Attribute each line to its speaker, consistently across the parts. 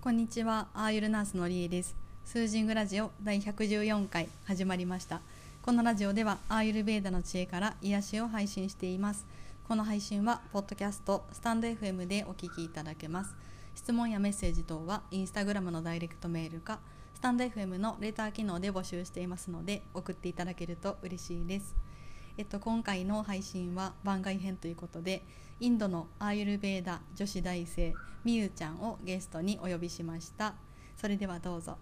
Speaker 1: こんにちは、アーユルナースのりえです。スージングラジオ第114回始まりました。このラジオではアーユルベーダの知恵から癒しを配信しています。この配信はポッドキャストスタンド FM でお聞きいただけます。質問やメッセージ等はインスタグラムのダイレクトメールかスタンド FM のレター機能で募集していますので送っていただけると嬉しいです。えっと、今回の配信は番外編ということでインドのアーユルベーダ女子大生みゆちゃんをゲストにお呼びしましたそれではどうぞ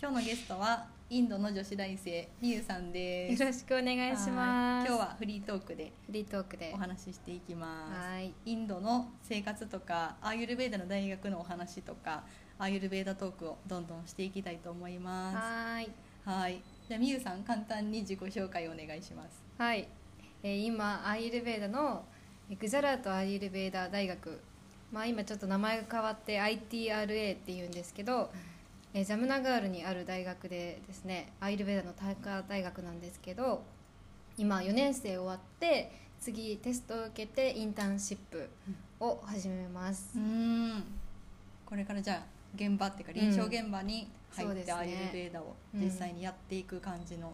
Speaker 1: 今日のゲストはインドの女子大生みゆさんで
Speaker 2: よ
Speaker 1: す
Speaker 2: ろしくお願いします。
Speaker 1: はい今日はフリートークで
Speaker 2: フリートークで
Speaker 1: お。話ししていきます
Speaker 2: はい。
Speaker 1: インドの生活とかアーユルベーダの大学のお話とかアーユルベーダトークをどんどんしていきたいと思いま
Speaker 2: はい。
Speaker 1: すはいじゃあみゆさん簡単に自己紹介お願いします
Speaker 2: はい。えー今アーユルベーダのえーグジャラートアーユルベーダ大学。まあ今ちょっと名前が変わって ITRA って言うんですけど、えージャムナガールにある大学でですね、アーユルベーダの単科大学なんですけど、今4年生終わって次テストを受けてインターンシップを始めます
Speaker 1: う。んこれからじゃあ現場っていうか
Speaker 2: うん
Speaker 1: 臨床現場に入
Speaker 2: そう
Speaker 1: っ
Speaker 2: です
Speaker 1: て
Speaker 2: ね
Speaker 1: アーユルベーダを実際にやっていく感じの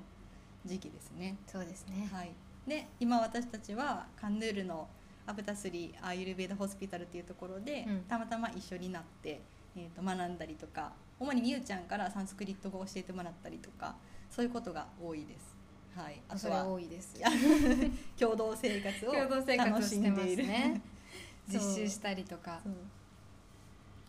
Speaker 1: 時期ですね、
Speaker 2: そうですね。
Speaker 1: はい、で今私たちはカンヌールのアプタスリーアーユルベーダホスピタルっていうところで、
Speaker 2: うん
Speaker 1: たまたま一緒になって、えー、と学んだりとか主にみゆちゃんからサンスクリット語を教えてもらったりとかそういうことが多いです、はい、あ
Speaker 2: そ
Speaker 1: と
Speaker 2: れ
Speaker 1: は
Speaker 2: 多いです。
Speaker 1: 共同生活を
Speaker 2: 共同生活を
Speaker 1: 楽し
Speaker 2: し
Speaker 1: ん
Speaker 2: て
Speaker 1: でいる
Speaker 2: ます ね
Speaker 1: そう
Speaker 2: 実習したりとか
Speaker 1: そう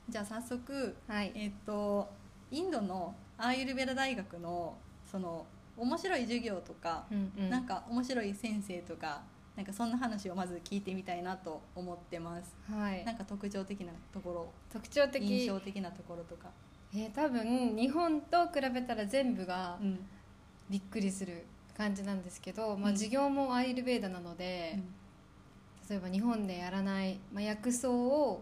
Speaker 1: じゃあ早速
Speaker 2: はい
Speaker 1: えっと、インドのアーユルベダ大学のその面白い授業とか、
Speaker 2: うんう
Speaker 1: なんか面白い先生とかなんかそんな話をまず聞いてみたいなと思ってます、
Speaker 2: はい
Speaker 1: なんか特徴的なところ
Speaker 2: 特徴的
Speaker 1: 印象的なところとか、
Speaker 2: えー多分日本と比べたら全部が
Speaker 1: うん
Speaker 2: びっくりする感じなんですけど、ま
Speaker 1: う
Speaker 2: あ、
Speaker 1: ん
Speaker 2: 授業もアーユルベーダなので、例えば日本でやらない、まあ、薬草を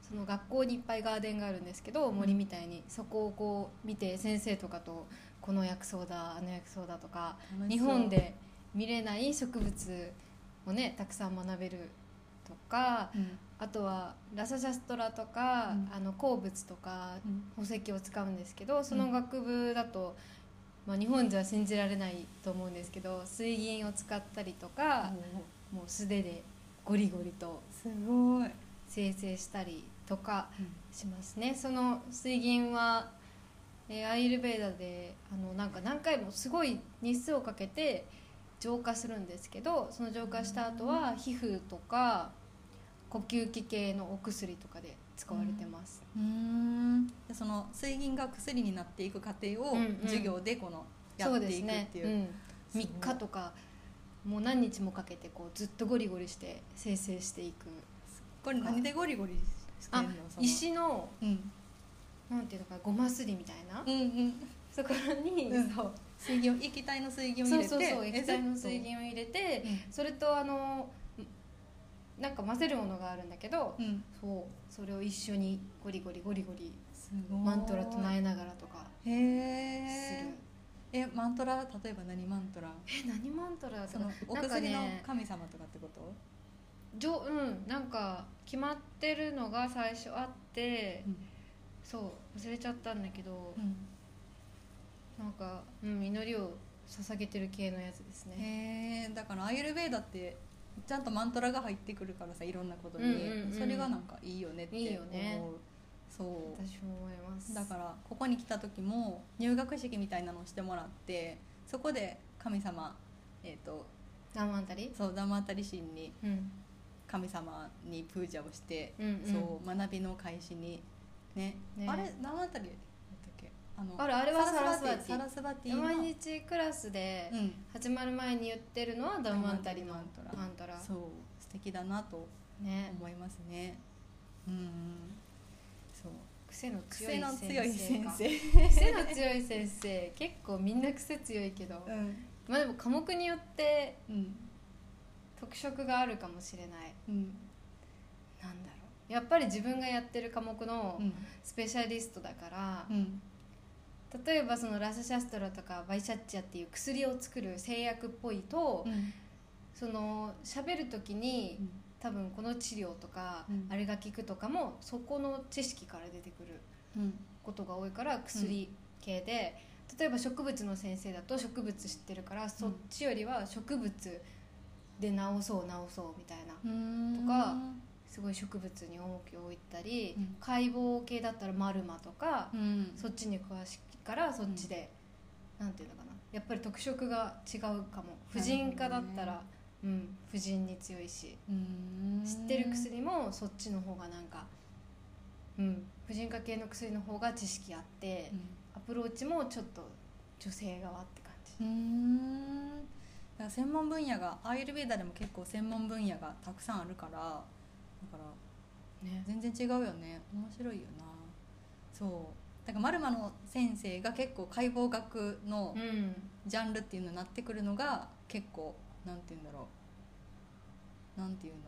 Speaker 2: その学校にいっぱいガーデンがあるんですけど
Speaker 1: ん
Speaker 2: 森みたいに、そこをこう見て先生とかとこの薬草だあの薬草だとか
Speaker 1: 楽し
Speaker 2: 日
Speaker 1: そう
Speaker 2: 本で見れない植物をねたくさん学べるとか
Speaker 1: うん
Speaker 2: あとはラサシャストラとか、
Speaker 1: うん
Speaker 2: あの鉱物とか
Speaker 1: うん
Speaker 2: 宝石を使うんですけどその学部だと、まあ、日本じゃ信じられないと思うんですけど水銀を使ったりとか、もう素手でゴリゴリと
Speaker 1: すごい、
Speaker 2: 生成したりとかしますねその水銀は、えーアイルベーダであのなんか何回もすごい日数をかけて浄化するんですけどその浄化した後は皮膚とか呼吸器系のお薬とかで使われてます、
Speaker 1: うーんでその水銀が薬になっていく過程を
Speaker 2: うんうん
Speaker 1: 授業でこのや
Speaker 2: そう
Speaker 1: っ
Speaker 2: で
Speaker 1: て
Speaker 2: す
Speaker 1: いくっ
Speaker 2: ね、、
Speaker 1: ていううん
Speaker 2: 3日とかもう何日もかけてこうずっとゴリゴリして生成していく
Speaker 1: これ何でゴリゴリしてん
Speaker 2: あ
Speaker 1: のその
Speaker 2: 石の
Speaker 1: うん
Speaker 2: なんていうのかごますりみたいな、
Speaker 1: うんうん
Speaker 2: そこに、
Speaker 1: うん
Speaker 2: そう
Speaker 1: 水銀を液体の水銀を入
Speaker 2: そう
Speaker 1: れて
Speaker 2: そうそう
Speaker 1: え
Speaker 2: 液体の水銀を入れてそれとあのなんか混ぜるものがあるんだけど、
Speaker 1: うん、うん、
Speaker 2: そうそれを一緒にゴリゴリゴリゴリ
Speaker 1: すごい
Speaker 2: マントラ唱えながらとか
Speaker 1: へ
Speaker 2: する
Speaker 1: ええマントラ例えば何マントラ
Speaker 2: え何マントラだ
Speaker 1: そのお
Speaker 2: なんか
Speaker 1: 薬の
Speaker 2: ね
Speaker 1: 神様とかってこと
Speaker 2: じょうんなんか決まってるのが最初あって
Speaker 1: うん
Speaker 2: そう忘れちゃったんだけど
Speaker 1: うん
Speaker 2: なんか、うん、祈りを捧げてる系のやつですね
Speaker 1: へえだからアイルベーダってちゃんとマントラが入ってくるからさいろんなことに、
Speaker 2: うんうんうん
Speaker 1: それがなんかいいよねって思う
Speaker 2: いいよね
Speaker 1: そう
Speaker 2: 私も思います
Speaker 1: だからここに来た時も入学式みたいなのをしてもらってそこで神様えっ、と
Speaker 2: ダンワンタリ
Speaker 1: そうダマータリ神に
Speaker 2: うん
Speaker 1: 神様にプージャをして、
Speaker 2: うんうん
Speaker 1: そう学びの開始にね
Speaker 2: ね
Speaker 1: あれダマータリだったっけあの
Speaker 2: あれあれはサラスバ
Speaker 1: サ
Speaker 2: ティ
Speaker 1: サラスバティの
Speaker 2: 毎日クラスで
Speaker 1: うん
Speaker 2: 始まる前に言ってるのはダンワンタリの
Speaker 1: ダ
Speaker 2: マ
Speaker 1: ン
Speaker 2: ン
Speaker 1: ワンタリの
Speaker 2: トラ
Speaker 1: そう素敵だなと
Speaker 2: ね
Speaker 1: 思いますねうんうんそう
Speaker 2: 癖の強
Speaker 1: 癖
Speaker 2: い
Speaker 1: の
Speaker 2: 先生
Speaker 1: 強い先
Speaker 2: か
Speaker 1: 生
Speaker 2: 癖の強い先生結構みんな癖強いけど
Speaker 1: うん
Speaker 2: まあでも科目によって
Speaker 1: うん
Speaker 2: 特色があるかもしれない
Speaker 1: うん
Speaker 2: なんだろうやっぱり自分がやってる科目の
Speaker 1: うん
Speaker 2: スペシャリストだから
Speaker 1: う、ん
Speaker 2: 例えばそのラサシャストラとかバイシャッチャっていう薬を作る製薬っぽいと、
Speaker 1: うん
Speaker 2: その喋る時に
Speaker 1: う
Speaker 2: 多分この治療とか、
Speaker 1: うん
Speaker 2: あれが効くとかもそこの知識から出てくる
Speaker 1: うん
Speaker 2: ことが多いから薬系で、例えば植物の先生だと植物知ってるから、そっちよりは植物で治そう治そうみたいな
Speaker 1: うん
Speaker 2: とかすごい植物に重きを置いたり、
Speaker 1: うん
Speaker 2: 解剖系だったらマルマとか、
Speaker 1: うん
Speaker 2: そっちに詳しいからそっちで、なんていうのかなやっぱり特色が違うかも婦人科だったら、うん婦人に強いし
Speaker 1: うん
Speaker 2: 知ってる薬もそっちの方がなんか、うん、婦人科系の薬の方が知識あって、アプローチもちょっと女性側って感じ
Speaker 1: うんうんだから専門分野がアーユルベーダでも結構専門分野がたくさんあるからだから
Speaker 2: ね
Speaker 1: 全然違うよね面白いよなそうだからマルマの先生が結構解剖学の
Speaker 2: うん
Speaker 1: ジャンルっていうのになってくるのが結構なんて言うんだろうなんていうの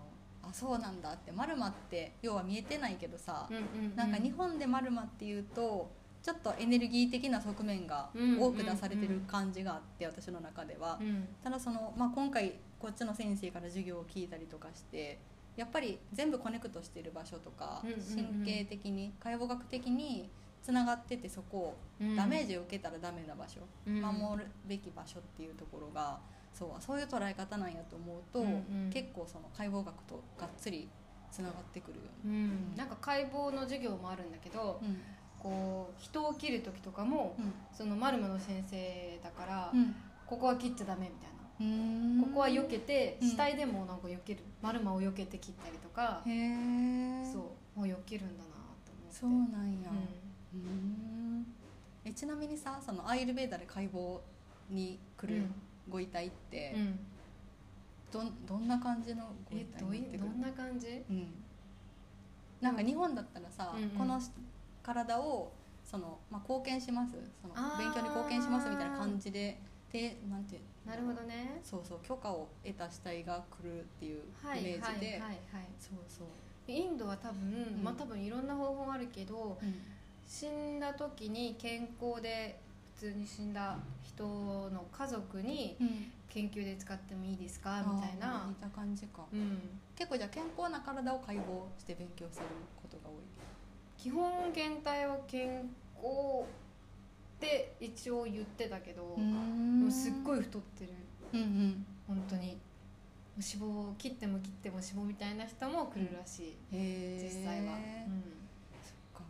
Speaker 1: あそうなんだってマルマって要は見えてないけどさ、
Speaker 2: うんうんうん、
Speaker 1: なんか日本でマルマっていうとちょっとエネルギー的な側面が多く出されてる感じがあって、私の中では、
Speaker 2: うん
Speaker 1: ただその、まあ、今回こっちの先生から授業を聞いたりとかしてやっぱり全部コネクトしてる場所とか、
Speaker 2: うんうんうん
Speaker 1: 神経的に解剖学的につながっててそこ
Speaker 2: うん
Speaker 1: をダメージを受けたらダメな場所、
Speaker 2: うん
Speaker 1: 守るべき場所っていうところがそうそういう捉え方なんやと思うと、
Speaker 2: うんうん
Speaker 1: 結構その解剖学とがっつりつながってくるよ
Speaker 2: う
Speaker 1: ね。
Speaker 2: ん、なんか解剖の授業もあるんだけど、
Speaker 1: うん
Speaker 2: こう人を切る時とかも、
Speaker 1: うん
Speaker 2: そのマルマの先生だから、
Speaker 1: うん
Speaker 2: ここは切っちゃダメみたいな、
Speaker 1: こ
Speaker 2: ここは避けて
Speaker 1: うん
Speaker 2: 死体でもなんか避ける、マルマを避けて切ったりとか
Speaker 1: へえ
Speaker 2: そうもう避けるんだなと思って
Speaker 1: そうなんや、
Speaker 2: う
Speaker 1: うーんえちなみにさそのアイルベーダで解剖に来る
Speaker 2: うん
Speaker 1: ご遺体って、
Speaker 2: ん、うん
Speaker 1: どんどんな感じのご遺
Speaker 2: え
Speaker 1: 体
Speaker 2: どうい
Speaker 1: になってく
Speaker 2: ど
Speaker 1: る
Speaker 2: んな感じ
Speaker 1: うん、なんか日本だったらさ、
Speaker 2: うんうん
Speaker 1: この体をその、まあ、貢献しますその
Speaker 2: あー
Speaker 1: 勉強に貢献しますみたいな感じでてなんて
Speaker 2: なるほどね
Speaker 1: そうそう許可を得た死体が来るっていう
Speaker 2: はい
Speaker 1: イ
Speaker 2: は
Speaker 1: メ
Speaker 2: いは
Speaker 1: ージで、
Speaker 2: いはい
Speaker 1: そうそう、
Speaker 2: インドは多分、
Speaker 1: うん
Speaker 2: まあ多分いろんな方法あるけど
Speaker 1: うん
Speaker 2: 死んだ時に健康で普通に死んだ人の家族に研究で使ってもいいですかみたい
Speaker 1: あー
Speaker 2: な
Speaker 1: 似た感じか
Speaker 2: うん
Speaker 1: 結構じゃあ健康な体を解剖して勉強することが多い
Speaker 2: 基本減体は健康って一応言ってたけど、でもすっご
Speaker 1: い
Speaker 2: い太ってる
Speaker 1: うんうん
Speaker 2: 本当に脂肪を切っても切っても脂肪みたいな人も来るらしい、
Speaker 1: へえ
Speaker 2: 実際は、
Speaker 1: そっか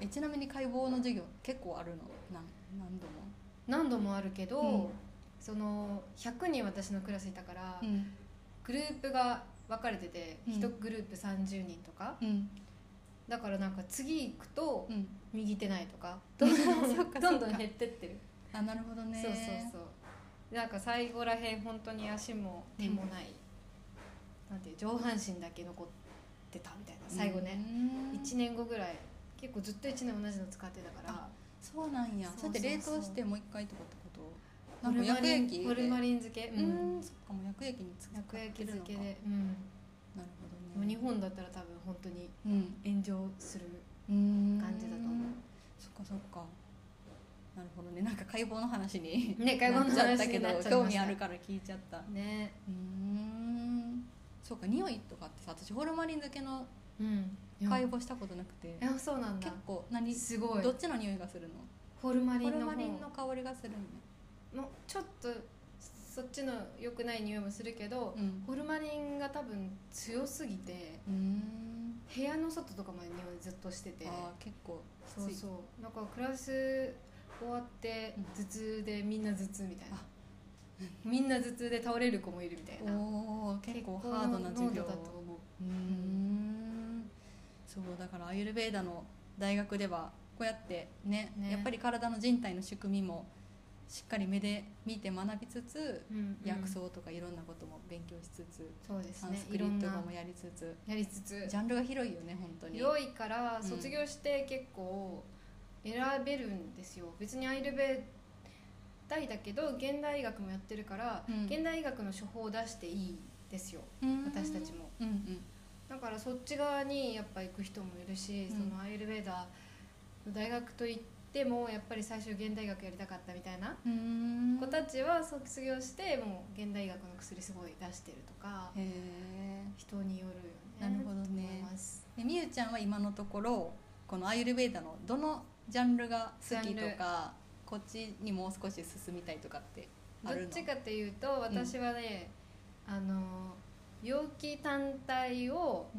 Speaker 1: えちなみに解剖の授業結構あるのなん何度も
Speaker 2: 何度もあるけど、
Speaker 1: うん
Speaker 2: その100人私のクラスいたから、
Speaker 1: ん
Speaker 2: グループが分かれてて、
Speaker 1: うん
Speaker 2: 1グループ30人とか
Speaker 1: うん
Speaker 2: だからなんか次行くと
Speaker 1: うん
Speaker 2: 右手ないとか、
Speaker 1: そっか
Speaker 2: どん
Speaker 1: そ
Speaker 2: ど
Speaker 1: っ
Speaker 2: ん
Speaker 1: か
Speaker 2: 減ってってる
Speaker 1: あなるほどね
Speaker 2: そうそうそうなんか最後らへん本当に足も手もない、なんていう上半身だけ残ってたみたいな最後ね、
Speaker 1: うん
Speaker 2: 1年後ぐらい結構ずっと1年同じの使ってたから
Speaker 1: そうなんや
Speaker 2: そ
Speaker 1: そう
Speaker 2: そうそう
Speaker 1: うやって冷凍してもう一回とかってことな
Speaker 2: ホ
Speaker 1: ん
Speaker 2: ル
Speaker 1: か
Speaker 2: マ
Speaker 1: 薬
Speaker 2: リン
Speaker 1: 液
Speaker 2: ホルマ
Speaker 1: リ
Speaker 2: リン漬け、う
Speaker 1: うんんそっかもう薬液に使
Speaker 2: 薬
Speaker 1: って
Speaker 2: 液
Speaker 1: るの
Speaker 2: 漬
Speaker 1: か
Speaker 2: けで、うん、
Speaker 1: なる
Speaker 2: で
Speaker 1: ほど
Speaker 2: も
Speaker 1: ね
Speaker 2: 日本だったら多分本当に
Speaker 1: うん
Speaker 2: 炎上する
Speaker 1: 感
Speaker 2: 感じだと思う
Speaker 1: そっかそっかなるほどねなんか解剖の話に
Speaker 2: ね解剖の話に
Speaker 1: なっちゃったけ
Speaker 2: なっちゃいまし
Speaker 1: ど
Speaker 2: た
Speaker 1: 興味あるから聞いちゃったう
Speaker 2: ね
Speaker 1: ーんそうか匂いとかってさ私ホルマリン漬けの
Speaker 2: うん
Speaker 1: 解剖したことなくて
Speaker 2: いやそうなんだ
Speaker 1: 結構何
Speaker 2: すごい
Speaker 1: どっちの匂いがするの
Speaker 2: ホルマリ
Speaker 1: ホ
Speaker 2: ンの
Speaker 1: ル
Speaker 2: 方
Speaker 1: マリンの香りがするんや
Speaker 2: もうちょっとそっちの良くない匂いもするけど、
Speaker 1: うん
Speaker 2: ホルマリンが多分強すぎて
Speaker 1: うーん
Speaker 2: 部屋の外とかまで匂いずっとしてて
Speaker 1: あー結構
Speaker 2: そう
Speaker 1: きつい
Speaker 2: そうなんかクラス終わって
Speaker 1: うん
Speaker 2: 頭痛でみんな頭痛みたいな、みんな頭痛で倒れる子もいるみたいな
Speaker 1: おー結構ハードな授業
Speaker 2: 結構濃度だと思う
Speaker 1: うーんそうだからアユルベーダの大学ではこうやってね
Speaker 2: ね
Speaker 1: やっぱり体の人体の仕組みもしっかり目で見て学びつつ、
Speaker 2: うんうん
Speaker 1: 薬草とかいろんなことも勉強しつつ
Speaker 2: そうです
Speaker 1: サン
Speaker 2: ね
Speaker 1: スク
Speaker 2: い
Speaker 1: リ
Speaker 2: ろ
Speaker 1: ッ
Speaker 2: ん
Speaker 1: ト
Speaker 2: な
Speaker 1: 語もやりつつ
Speaker 2: やりつつ
Speaker 1: ジャンルが広いよね本当に
Speaker 2: 良いから
Speaker 1: うん
Speaker 2: 卒業して結構選べるんですよ、別にアイルベ大だけど現代医学もやってるから、
Speaker 1: うん
Speaker 2: 現代医学の処方を出していいですよ
Speaker 1: うん
Speaker 2: 私たちも
Speaker 1: うんうん
Speaker 2: だからそっち側にやっぱ行く人もいるし、
Speaker 1: うん
Speaker 2: そのアイルベーダの大学といでもやっぱり最初現代学やりたかったみたいな
Speaker 1: うーん
Speaker 2: 子たちは卒業してもう現代医学の薬すごい出してるとか
Speaker 1: へえ
Speaker 2: 人によるよね
Speaker 1: なるほどね
Speaker 2: と思います
Speaker 1: でみゆちゃんは今のところこのアーユルベーダのどのジャンルが好きとかこっちにもう少し進みたいとかって
Speaker 2: ど
Speaker 1: あ
Speaker 2: っ
Speaker 1: るの
Speaker 2: ちかっていうと私はね、あの病気単体を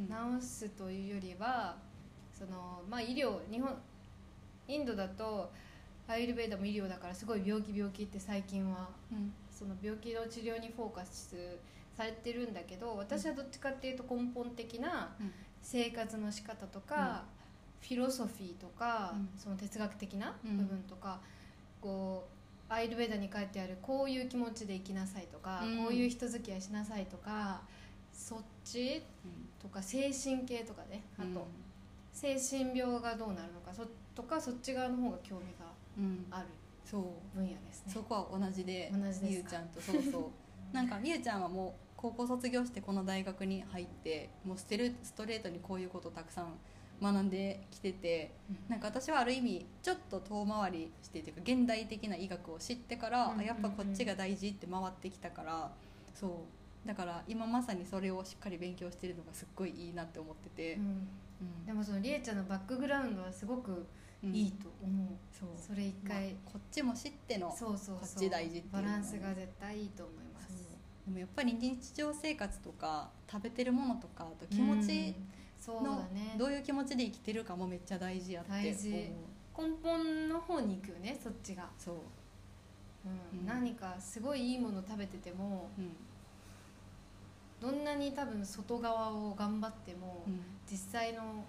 Speaker 2: 治すというよりは、そのまあ医療日本インドだとアイルベーダも医療だからすごい病気病気って最近は
Speaker 1: うん
Speaker 2: その病気の治療にフォーカスされてるんだけど私はどっちかっていうと根本的な
Speaker 1: うん
Speaker 2: 生活の仕方とか、フィロソフィーとか、
Speaker 1: うん
Speaker 2: その哲学的な部分とか、こうアイルベーダに書いてあるこういう気持ちで生きなさいとか、
Speaker 1: うん
Speaker 2: こういう人付き合いしなさいとかそっちとか精神系とかねあ
Speaker 1: う
Speaker 2: と、
Speaker 1: ん
Speaker 2: 精神病がどうなるのかそとかそっち側の方が興味が
Speaker 1: うん
Speaker 2: ある
Speaker 1: そう
Speaker 2: 分野ですね
Speaker 1: そ。こは同じで
Speaker 2: 同じですか
Speaker 1: みゆちゃんとそうそう なんかみゆちゃんはもう高校卒業してこの大学に入ってもうステルストレートにこういうことをたくさん学んできてて
Speaker 2: うん
Speaker 1: なんか私はある意味ちょっと遠回りしてというか現代的な医学を知ってから、
Speaker 2: うんうんうん
Speaker 1: あやっぱこっちが大事って回ってきたからそうだから今まさにそれをしっかり勉強してるのがすっごいいいなって思ってて、
Speaker 2: うん
Speaker 1: うん
Speaker 2: でもそのりえちゃんのバックグラウンドはすごくいいと思う、
Speaker 1: そう
Speaker 2: それ一回、
Speaker 1: まあこっちも知っての
Speaker 2: そうそうそう
Speaker 1: こっち大事っていうの
Speaker 2: バ
Speaker 1: はね
Speaker 2: ランスが絶対いいと思います
Speaker 1: でもやっぱり日常生活とか食べてるものとかあと気持
Speaker 2: うん
Speaker 1: ち
Speaker 2: そうだ
Speaker 1: の
Speaker 2: ね
Speaker 1: どういう気持ちで生きてるかもめっちゃ大事やって思う
Speaker 2: 大事根本の方に行くよねそっちが、
Speaker 1: そう、
Speaker 2: うん
Speaker 1: うん
Speaker 2: 何かすごいいいもの食べてても
Speaker 1: うん
Speaker 2: どんなに多分外側を頑張っても、
Speaker 1: うん
Speaker 2: 実際の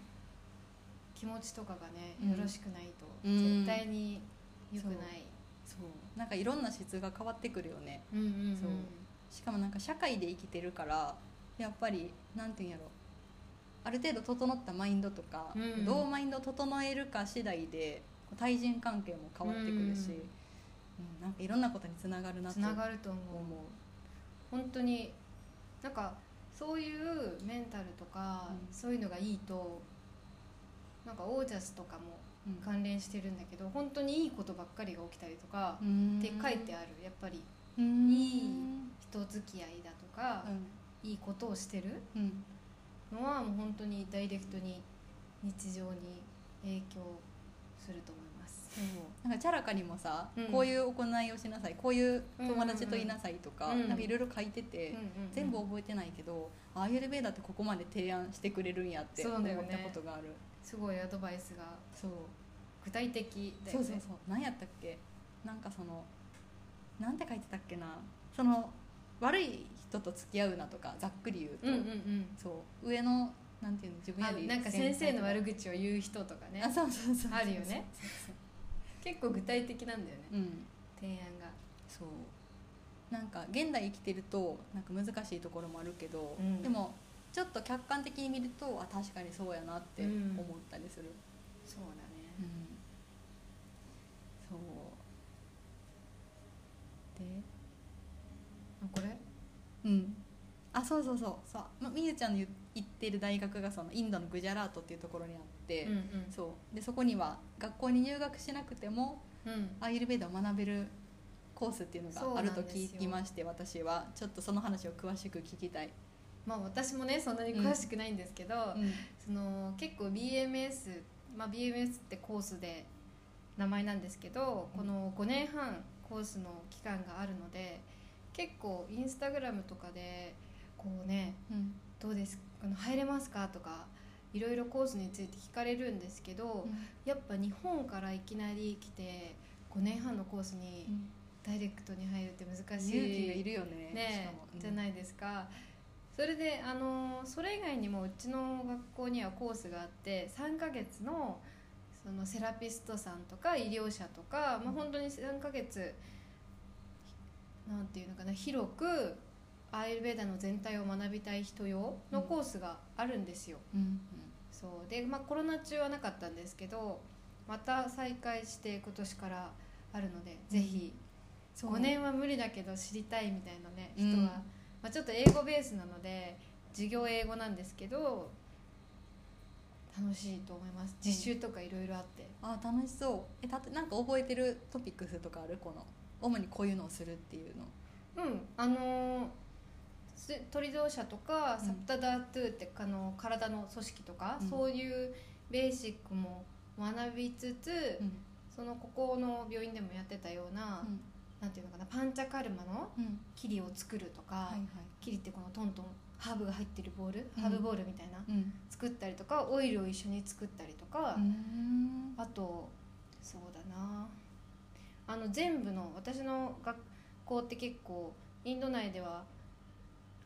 Speaker 2: 気持ちとかがね、
Speaker 1: うん
Speaker 2: よろしくないと、
Speaker 1: うん
Speaker 2: 絶対に良くない
Speaker 1: そうなんかいろんな質が変わってくるよね
Speaker 2: うんうんうん
Speaker 1: そうしかもなんか社会で生きてるからやっぱりなんていうんやろある程度整ったマインドとか、
Speaker 2: うん
Speaker 1: どうマインドを整えるか次第で対人関係も変わってくるし、
Speaker 2: う
Speaker 1: うんんなんかいろんなことにつながるな
Speaker 2: つ
Speaker 1: と
Speaker 2: な
Speaker 1: 思
Speaker 2: がると
Speaker 1: う。
Speaker 2: 思う本当になんかそういうメンタルとか、
Speaker 1: うん
Speaker 2: そういうのがいいとなんかオージャスとかも
Speaker 1: うん
Speaker 2: 関連してるんだけど本当にいいことばっかりが起きたりとかって書いてあるやっぱり
Speaker 1: る
Speaker 2: いい人付き合いだとか、いいことをしてる
Speaker 1: うんうん
Speaker 2: のはもう本当にダイレクトに日常に影響すると思います。
Speaker 1: なんかチャラカにもさ、
Speaker 2: うん
Speaker 1: こういう行いをしなさいこういう友達といなさいとか、
Speaker 2: うんうんうん
Speaker 1: なんかいろいろ書いてて、
Speaker 2: うんうんうん
Speaker 1: 全部覚えてないけどアーユルベーダってここまで提案してくれるんやって
Speaker 2: そ
Speaker 1: 思
Speaker 2: う
Speaker 1: っ
Speaker 2: だよね
Speaker 1: たことがある
Speaker 2: すごいアドバイスが
Speaker 1: そう,、
Speaker 2: 具体的だ
Speaker 1: そ
Speaker 2: よ
Speaker 1: う
Speaker 2: ね。
Speaker 1: そうそう何やったっけなんかそのなんて書いてたっけなその悪い人と付き合うなとかざっくり言うと、
Speaker 2: うんうんうん。
Speaker 1: そう上のなんていうの自分よ
Speaker 2: あ
Speaker 1: り
Speaker 2: なんか先生の悪
Speaker 1: 口
Speaker 2: 口を言う人とかね
Speaker 1: あそうそうそう
Speaker 2: あるよね結構具体的なんだよね
Speaker 1: うん
Speaker 2: 提案が
Speaker 1: そうなんか現代生きてるとなんか難しいところもあるけど、
Speaker 2: うん
Speaker 1: でもちょっと客観的に見るとあ確かにそうやなって
Speaker 2: うん
Speaker 1: 思ったりする、
Speaker 2: そうだ
Speaker 1: うん
Speaker 2: ね
Speaker 1: そうで
Speaker 2: あこれ
Speaker 1: うんあそうそうそうそう、ま、みゆちゃんの言行ってる大学がそのインドのグジャラートっていうところにあって、
Speaker 2: うんうん
Speaker 1: そうでそこには学校に入学しなくても
Speaker 2: うん
Speaker 1: アーユルベーダを学べるコースっていうのがあると聞きまして私はちょっとその話を詳しく聞きたい、
Speaker 2: まあ私もねそんなに詳しくないんですけど、その結構 BMS、まあ、BMS ってコースで名前なんですけどこの5年半コースの期間があるので結構インスタグラムとかでこうね
Speaker 1: うん
Speaker 2: どうですあの入れますかとかいろいろコースについて聞かれるんですけど、やっぱ日本からいきなり来て5年半のコースにダイレクトに入るって難しい
Speaker 1: 勇気がいるよね
Speaker 2: ねじゃ
Speaker 1: い、
Speaker 2: ないですかそれであのそれ以外にもうちの学校にはコースがあって3ヶ月のそのセラピストさんとか医療者とか、まあ、本当に3ヶ月なんていうのかな広くアイルベーダの全体を学びたい人用のコースがあるんですよ。
Speaker 1: うん
Speaker 2: そうで、まあ、コロナ中はなかったんですけどまた再開して今年からあるので、ぜひ
Speaker 1: そう
Speaker 2: 5年は無理だけど知りたいみたいなね
Speaker 1: う
Speaker 2: 人
Speaker 1: ん
Speaker 2: は、まあ、ちょっと英語ベースなので授業英語なんですけど楽しいと思います実習とかいろいろあって
Speaker 1: あー楽しそうえたとなんか覚えてるトピックスとかあるこの主にこういうのをするっていうの
Speaker 2: うんあのーす鳥同社とか
Speaker 1: うん
Speaker 2: サプタダートゥーって、あの体の組織とか、
Speaker 1: うん
Speaker 2: そういうベーシックも学びつつ、
Speaker 1: うん
Speaker 2: そのここの病院でもやってたような、
Speaker 1: うん
Speaker 2: なんていうのかなパンチャカルマの
Speaker 1: うん
Speaker 2: キリを作るとか、
Speaker 1: はいはい
Speaker 2: キリってこのトントンハーブが入ってるボール、
Speaker 1: うん
Speaker 2: ハーブボールみたいな
Speaker 1: うん
Speaker 2: 作ったりとかオイルを一緒に作ったりとか、
Speaker 1: うん
Speaker 2: あとそうだなあの全部の私の学校って結構インド内では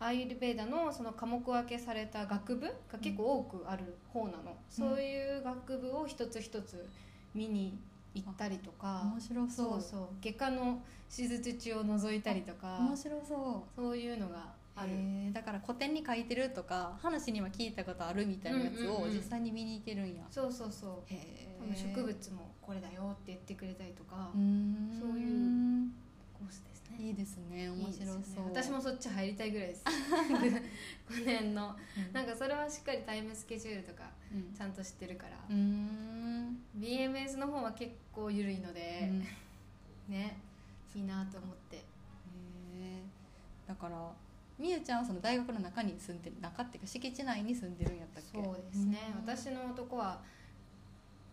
Speaker 2: アーユルベーダのその科目分けされた学部が結構多くある方なの、そういう学部を一つ一つ見に行ったりとか
Speaker 1: 面白そう
Speaker 2: そうそう外科の手術中を覗いたりとか
Speaker 1: 面白そう
Speaker 2: そういうのがある
Speaker 1: へーだから古典に書いてるとか話には聞いたことあるみたいなやつ
Speaker 2: うんうん
Speaker 1: を
Speaker 2: うん
Speaker 1: 実際に見に行けるんや、
Speaker 2: そうそうそう
Speaker 1: へえ
Speaker 2: 多分植物もこれだよって言ってくれたりとか、
Speaker 1: うーん
Speaker 2: そういうコースですね
Speaker 1: いいですね面白そう
Speaker 2: いいですよね私もそっち入りたいぐらい です5年の
Speaker 1: な
Speaker 2: なんんかそれはしっかりタイムスケジュールとか
Speaker 1: うん
Speaker 2: ちゃんと知ってるから、
Speaker 1: うーん
Speaker 2: BMS の方は結構緩いので、
Speaker 1: うんへ
Speaker 2: ねいいなと思って
Speaker 1: えだからみゆちゃんはその大学の中に住んでる中っていうか敷地内に住んでるんやったっけ
Speaker 2: そうですね、
Speaker 1: うん
Speaker 2: 私の男は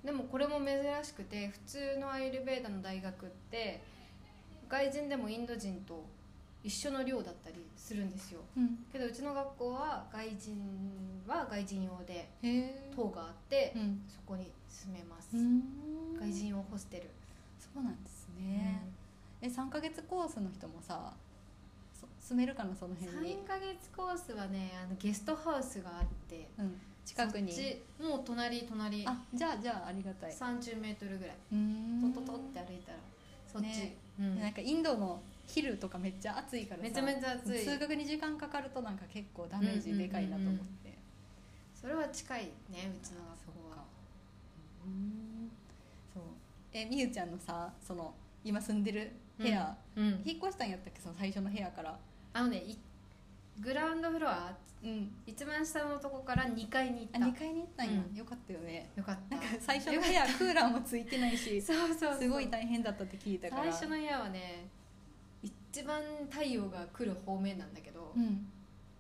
Speaker 2: でもこれも珍しくて普通のアイルベーダの大学って外人でもインド人と一緒の寮だったりするんですよ
Speaker 1: うん
Speaker 2: けどうちの学校は外人は外人用で
Speaker 1: へえ
Speaker 2: 棟があって、
Speaker 1: うん
Speaker 2: そこに住めます、
Speaker 1: うーん
Speaker 2: 外人用ホステル、
Speaker 1: そうなんですね、え3か月コースの人もさそ住めるかなその辺に
Speaker 2: 3ヶ月コースはねあのゲストハウスがあって
Speaker 1: うん、近くに
Speaker 2: そっちもう隣隣
Speaker 1: あじゃあじゃあありがたい
Speaker 2: 30メートルぐらいト
Speaker 1: と
Speaker 2: トトって歩いたらそっち、
Speaker 1: ね
Speaker 2: うん
Speaker 1: なんかインドの昼とかめっちゃ暑いからさ
Speaker 2: めちゃめちゃ暑い
Speaker 1: 通学に時間かかるとなんか結構ダメージでかいなと思って
Speaker 2: それは近いねうちの学校は
Speaker 1: うんそうえみゆちゃんのさその今住んでる部屋、
Speaker 2: うんうん
Speaker 1: 引っ越したんやったっけその最初の部屋から
Speaker 2: あのねいグラウンドフロア
Speaker 1: うん
Speaker 2: 一番下のとこから2階に
Speaker 1: あ
Speaker 2: 行
Speaker 1: 2
Speaker 2: っ
Speaker 1: 階に行ったんや、
Speaker 2: うん
Speaker 1: よかったよね
Speaker 2: たよかった
Speaker 1: なんか最初の部屋クーラーもついてないし
Speaker 2: そうそうそう
Speaker 1: すごい大変だったって聞いたから
Speaker 2: 最初の部屋はね一番太陽が来る方面なんだけど、
Speaker 1: うん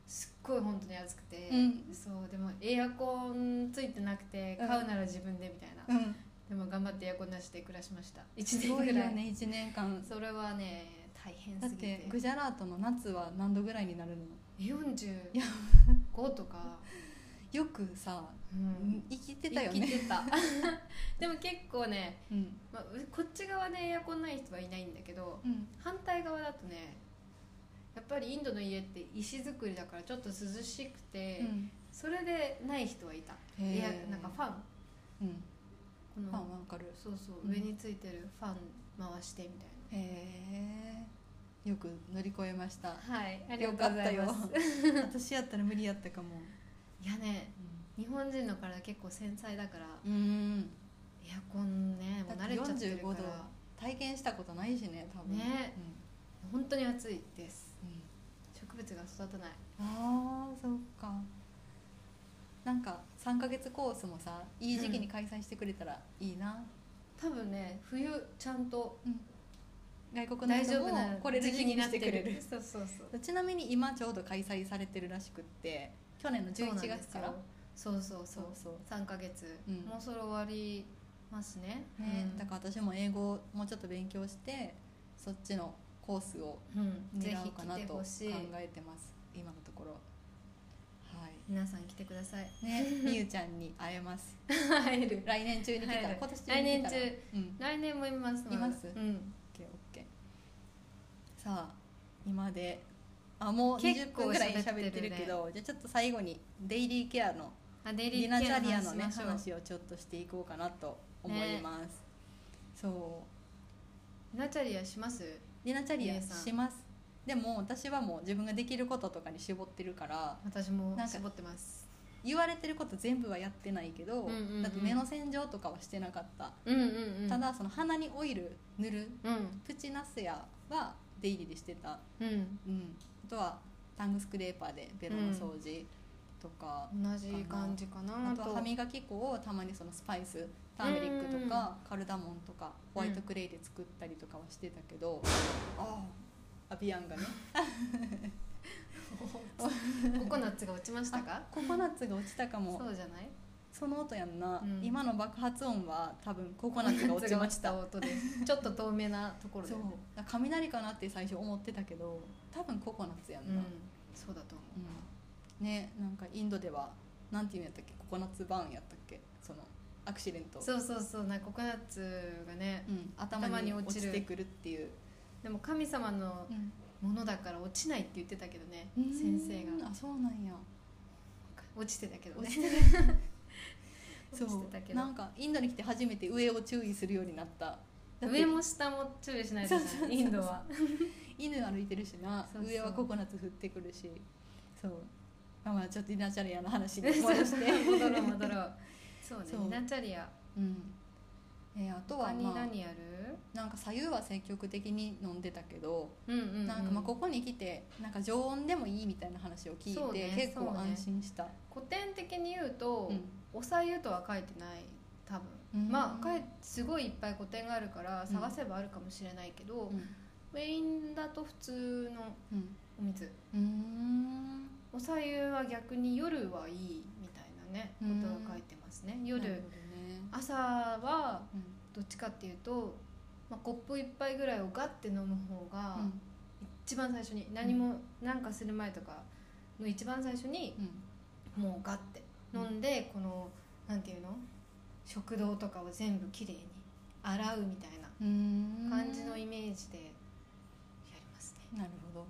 Speaker 2: すっごい本当に暑くて、
Speaker 1: うん
Speaker 2: そうでもエアコンついてなくて
Speaker 1: うん
Speaker 2: 買うなら自分でみたいな、
Speaker 1: うん
Speaker 2: でも頑張ってエアコンなしで暮らしました1
Speaker 1: す
Speaker 2: 年
Speaker 1: ご
Speaker 2: ぐ
Speaker 1: いよ
Speaker 2: らい
Speaker 1: ね1年間
Speaker 2: それはね大変
Speaker 1: だっ
Speaker 2: すぎて
Speaker 1: てグジャラートの夏は何度ぐらいになるの
Speaker 2: 45とか、
Speaker 1: よくさ、
Speaker 2: うん、
Speaker 1: 生きてたよね
Speaker 2: 生きてた でも結構ね、
Speaker 1: うん
Speaker 2: まあ、うこっち側でエアコンない人はいないんだけど
Speaker 1: うん
Speaker 2: 反対側だとねやっぱりインドの家って石造りだからちょっと涼しくて、それでない人はいた
Speaker 1: へー
Speaker 2: エアなんかファン
Speaker 1: うん
Speaker 2: この
Speaker 1: ファンわかる
Speaker 2: そうそう、
Speaker 1: うん
Speaker 2: 上についてるファン回してみたい
Speaker 1: へえよく乗り越えました
Speaker 2: なはいありが
Speaker 1: よ
Speaker 2: と
Speaker 1: か
Speaker 2: うご
Speaker 1: っ
Speaker 2: ざ
Speaker 1: た
Speaker 2: い
Speaker 1: よ
Speaker 2: ます
Speaker 1: 私やったら無理やったかも
Speaker 2: いやね日本人の体結構繊細だから
Speaker 1: うんうん
Speaker 2: エアコンねもう慣れちゃってる
Speaker 1: 45
Speaker 2: か
Speaker 1: 度
Speaker 2: ら
Speaker 1: 体験したことないしね多分
Speaker 2: ね本当に暑いです
Speaker 1: うんうん
Speaker 2: 植物が育たない
Speaker 1: ああそうかなんか3ヶ月コースもさいい時期に開催してくれたらいいな、
Speaker 2: 多分ね冬ちゃんと
Speaker 1: 外国の
Speaker 2: 大
Speaker 1: 人
Speaker 2: 丈
Speaker 1: も
Speaker 2: 夫な
Speaker 1: これで
Speaker 2: 時期
Speaker 1: 気にしてくれ
Speaker 2: になっ
Speaker 1: る
Speaker 2: てそうそうそう
Speaker 1: ちなみに今ちょうど開催されてるらしくって去年の11月から
Speaker 2: そうなんですよそうそう
Speaker 1: そうそう
Speaker 2: そう3ヶ月、
Speaker 1: うん
Speaker 2: もうそろ終わりますね
Speaker 1: ね、
Speaker 2: うん
Speaker 1: だから私も英語をもうちょっと勉強してそっちのコースを
Speaker 2: うん、ぜ
Speaker 1: 狙お
Speaker 2: ひ
Speaker 1: うかな
Speaker 2: 来て
Speaker 1: と考
Speaker 2: ほしい
Speaker 1: えてます今のところはい
Speaker 2: 皆さん来てください
Speaker 1: ねみゆちゃんに会えます
Speaker 2: 会える
Speaker 1: 来年中に来た
Speaker 2: 会え
Speaker 1: ら
Speaker 2: る
Speaker 1: 今年中に来たら
Speaker 2: 来年中
Speaker 1: うん
Speaker 2: 来年もいますだ
Speaker 1: います
Speaker 2: うん、
Speaker 1: オッケーオッケーさあ今であもう
Speaker 2: 結
Speaker 1: 20
Speaker 2: 構
Speaker 1: 分ぐらい
Speaker 2: 喋ってる
Speaker 1: 喋
Speaker 2: ね
Speaker 1: ってるけどじゃあちょっと最後にデイリーケアの
Speaker 2: あデイリ
Speaker 1: リ
Speaker 2: ー
Speaker 1: ナ・
Speaker 2: ケ
Speaker 1: チ
Speaker 2: ア
Speaker 1: ャリア
Speaker 2: の
Speaker 1: のね
Speaker 2: 話しましょ
Speaker 1: 話をちょっとしていこうかなと思います、そう
Speaker 2: うリナチャリアします
Speaker 1: リナ・チャリ
Speaker 2: リ
Speaker 1: ア
Speaker 2: ナさん
Speaker 1: しますでも私はもう自分ができることとかに絞ってるから
Speaker 2: 私
Speaker 1: な
Speaker 2: も
Speaker 1: んか
Speaker 2: 絞ってます
Speaker 1: 言われてること全部はやってないけど、
Speaker 2: うんうんうん
Speaker 1: だって目の洗浄とかはしてなかった、
Speaker 2: うんうんうん
Speaker 1: ただその鼻にオイル塗る
Speaker 2: うん
Speaker 1: プチナスヤは出入りでしてた
Speaker 2: うん
Speaker 1: うん、あとはタングスクレーパーでベロの掃除、とか
Speaker 2: 同じ感じかな
Speaker 1: あ
Speaker 2: と
Speaker 1: とは歯磨き粉をたまにそのスパイスターメリックとかカルダモンとかホワイトクレイで作ったりとかはしてたけど、ああアビアンがね
Speaker 2: ココナッツが落ちました
Speaker 1: あ
Speaker 2: か
Speaker 1: ココナッツが落ちたかも
Speaker 2: そうじゃない
Speaker 1: その音やんな、
Speaker 2: うん
Speaker 1: 今の爆発音は多分ココナッツが落ちました
Speaker 2: ココナッツが落ちた音ですちょっと透明なところで
Speaker 1: そうだから雷かなって最初思ってたけど多分ココナッツやん
Speaker 2: う
Speaker 1: な、
Speaker 2: んそうだと思
Speaker 1: うんねなんかインドではなんていうんやったっけココナッツバーンやったっけそのアクシデント
Speaker 2: うそうそうそうなんかココナッツがね
Speaker 1: うん、頭
Speaker 2: 頭
Speaker 1: に
Speaker 2: に
Speaker 1: 落
Speaker 2: 落ちる
Speaker 1: ちてくるっていう、
Speaker 2: でも神様のものだから落ちないって言ってたけどね先生
Speaker 1: うーん
Speaker 2: が
Speaker 1: あそうなんや
Speaker 2: 落ちてたけど
Speaker 1: 落ち
Speaker 2: ね
Speaker 1: て
Speaker 2: 落ちてた
Speaker 1: そ
Speaker 2: け
Speaker 1: う
Speaker 2: ど
Speaker 1: なんかインドに来て初めて上を注意するようになっただって
Speaker 2: 上も下も注意しない
Speaker 1: そ
Speaker 2: と
Speaker 1: うそうそう
Speaker 2: ねインドは
Speaker 1: 犬歩いてるしな
Speaker 2: そうそう
Speaker 1: 上はココナッツ降ってくるしそうまあまあちょっとイナチャリアの話に 戻して
Speaker 2: 戻ろう戻ろうそうね
Speaker 1: そう
Speaker 2: ニナチャリア
Speaker 1: うんえーあとは、
Speaker 2: 他に
Speaker 1: まあ、
Speaker 2: 何やる
Speaker 1: なんか左右は積極的に飲んでたけど、
Speaker 2: うんうんうん
Speaker 1: なんかまあここに来てなんか常温でもいいみたいな話を聞
Speaker 2: そう
Speaker 1: いて、
Speaker 2: ね
Speaker 1: 結構
Speaker 2: そうね
Speaker 1: 安心した、
Speaker 2: 古典的に言うと、
Speaker 1: うん
Speaker 2: おさゆとは書いてない多分、
Speaker 1: うん
Speaker 2: まあかえすごいいっぱい古典があるから
Speaker 1: うん
Speaker 2: 探せばあるかもしれないけど、
Speaker 1: うん
Speaker 2: メインだと普通の
Speaker 1: うん
Speaker 2: お水
Speaker 1: うーん
Speaker 2: おさゆは逆に夜はいいみたいなねこ
Speaker 1: うん
Speaker 2: とが書いてますね
Speaker 1: なる
Speaker 2: 夜
Speaker 1: ほどね
Speaker 2: 朝は
Speaker 1: うん
Speaker 2: どっちかっていうと、まあ、コップ一杯ぐらいをガッて飲む方が、
Speaker 1: うん
Speaker 2: 一番最初に何も何かする前とかの一番最初に
Speaker 1: うん
Speaker 2: もうガッて飲んで、このなんていうの食堂とかを全部きれいに洗うみたいな
Speaker 1: うーん
Speaker 2: 感じのイメージでやりますね、
Speaker 1: なるほど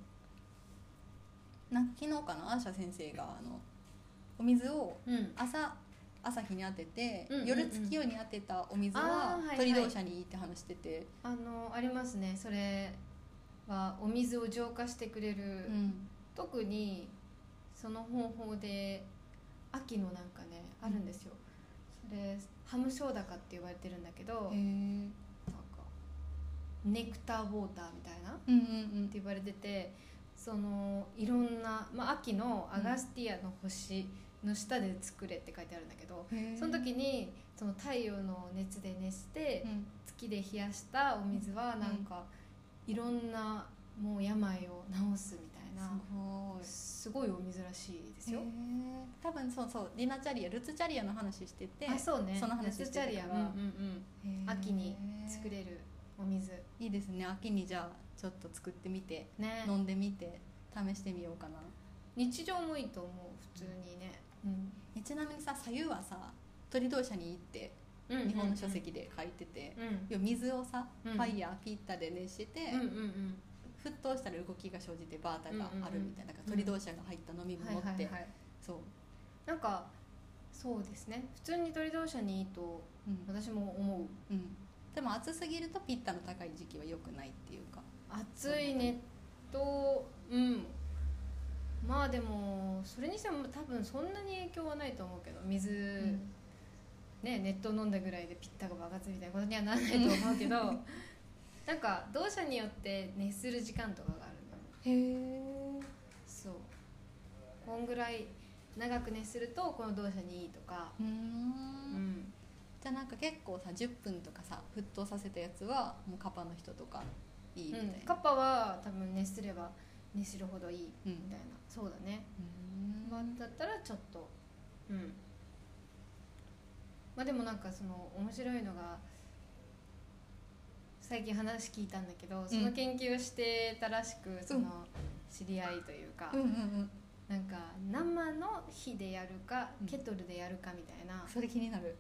Speaker 1: なんか昨日かなアーシャ先生があのお水を
Speaker 2: うん
Speaker 1: 朝朝日に当てて、
Speaker 2: うんうんうん
Speaker 1: 夜月夜に当てたお水
Speaker 2: あ
Speaker 1: は
Speaker 2: ーはいはい
Speaker 1: 鳥同社にいいって話してて、
Speaker 2: あのありますねそれはお水を浄化してくれる、
Speaker 1: うん
Speaker 2: 特にその方法で秋のなんかねあるんですよ、それハムショーダカって呼ばれてるんだけど
Speaker 1: へえ
Speaker 2: なんかネクターウォーターみたいな
Speaker 1: うんうん
Speaker 2: って言われててそのいろんな、まあ、秋のアガスティアの星の下で作れって書いてあるんだけど、
Speaker 1: うんへー
Speaker 2: その時にその太陽の熱で熱して、
Speaker 1: うん
Speaker 2: 月で冷やしたお水はなんか、いろんなもう病を治すみたいな
Speaker 1: すごい
Speaker 2: すごいお水らしいですよ
Speaker 1: へ。ー多分そうそうディナチャリアルツチャリアの話してて
Speaker 2: あそうね
Speaker 1: その話してた
Speaker 2: 夏チ
Speaker 1: から
Speaker 2: ャリア、うんうんうん
Speaker 1: へー
Speaker 2: 秋に作れるお水
Speaker 1: いいですね秋にじゃあちょっと作ってみて
Speaker 2: ね
Speaker 1: 飲んでみて試してみようかな
Speaker 2: 日常もいいと思う普通にね、うん
Speaker 1: えちなみにさ左右はさ鳥同社に行って
Speaker 2: うんうんうん
Speaker 1: 日本の書籍で書いてて、
Speaker 2: うん
Speaker 1: 要は水をさ、
Speaker 2: うん
Speaker 1: ファイヤーピッタで熱して、
Speaker 2: うんうんうん
Speaker 1: 沸騰したら動きが生じてバータがあるみたいな、
Speaker 2: うんうんうん
Speaker 1: 鳥同社が入った飲み
Speaker 2: はい
Speaker 1: 物って、
Speaker 2: はいはい
Speaker 1: そう、
Speaker 2: なんかそうですね普通に鳥同社にいいと
Speaker 1: うん
Speaker 2: 私も思う
Speaker 1: うん、でも暑すぎるとピッタの高い時期は良くないっていうか
Speaker 2: 暑いねとうんまあでもそれにしても多分そんなに影響はないと思うけど水、
Speaker 1: うん
Speaker 2: ね熱湯飲んだぐらいでピッタが爆発みたいなことにはならないと思う けどなんか同社によって熱する時間とかがあるの
Speaker 1: へえ
Speaker 2: そうこんぐらい長く熱するとこの同社にいいとか
Speaker 1: うー
Speaker 2: うんん
Speaker 1: じゃあなんか結構さ10分とかさ沸騰させたやつはもうカパの人とかいいみたい
Speaker 2: うん、カ
Speaker 1: な
Speaker 2: ッパは多分熱すれば熱するほどいい
Speaker 1: うん、う
Speaker 2: みたいな、そうだね、
Speaker 1: ん
Speaker 2: まあ、だったらちょっとうんまあでもなんかその面白いのが最近話聞いたんだけどその研究をしてたらしく、その知り合いというか、
Speaker 1: うんうんうん
Speaker 2: なんか生の火でやるか
Speaker 1: うん
Speaker 2: ケトルでやるかみたいな、
Speaker 1: それ気になる、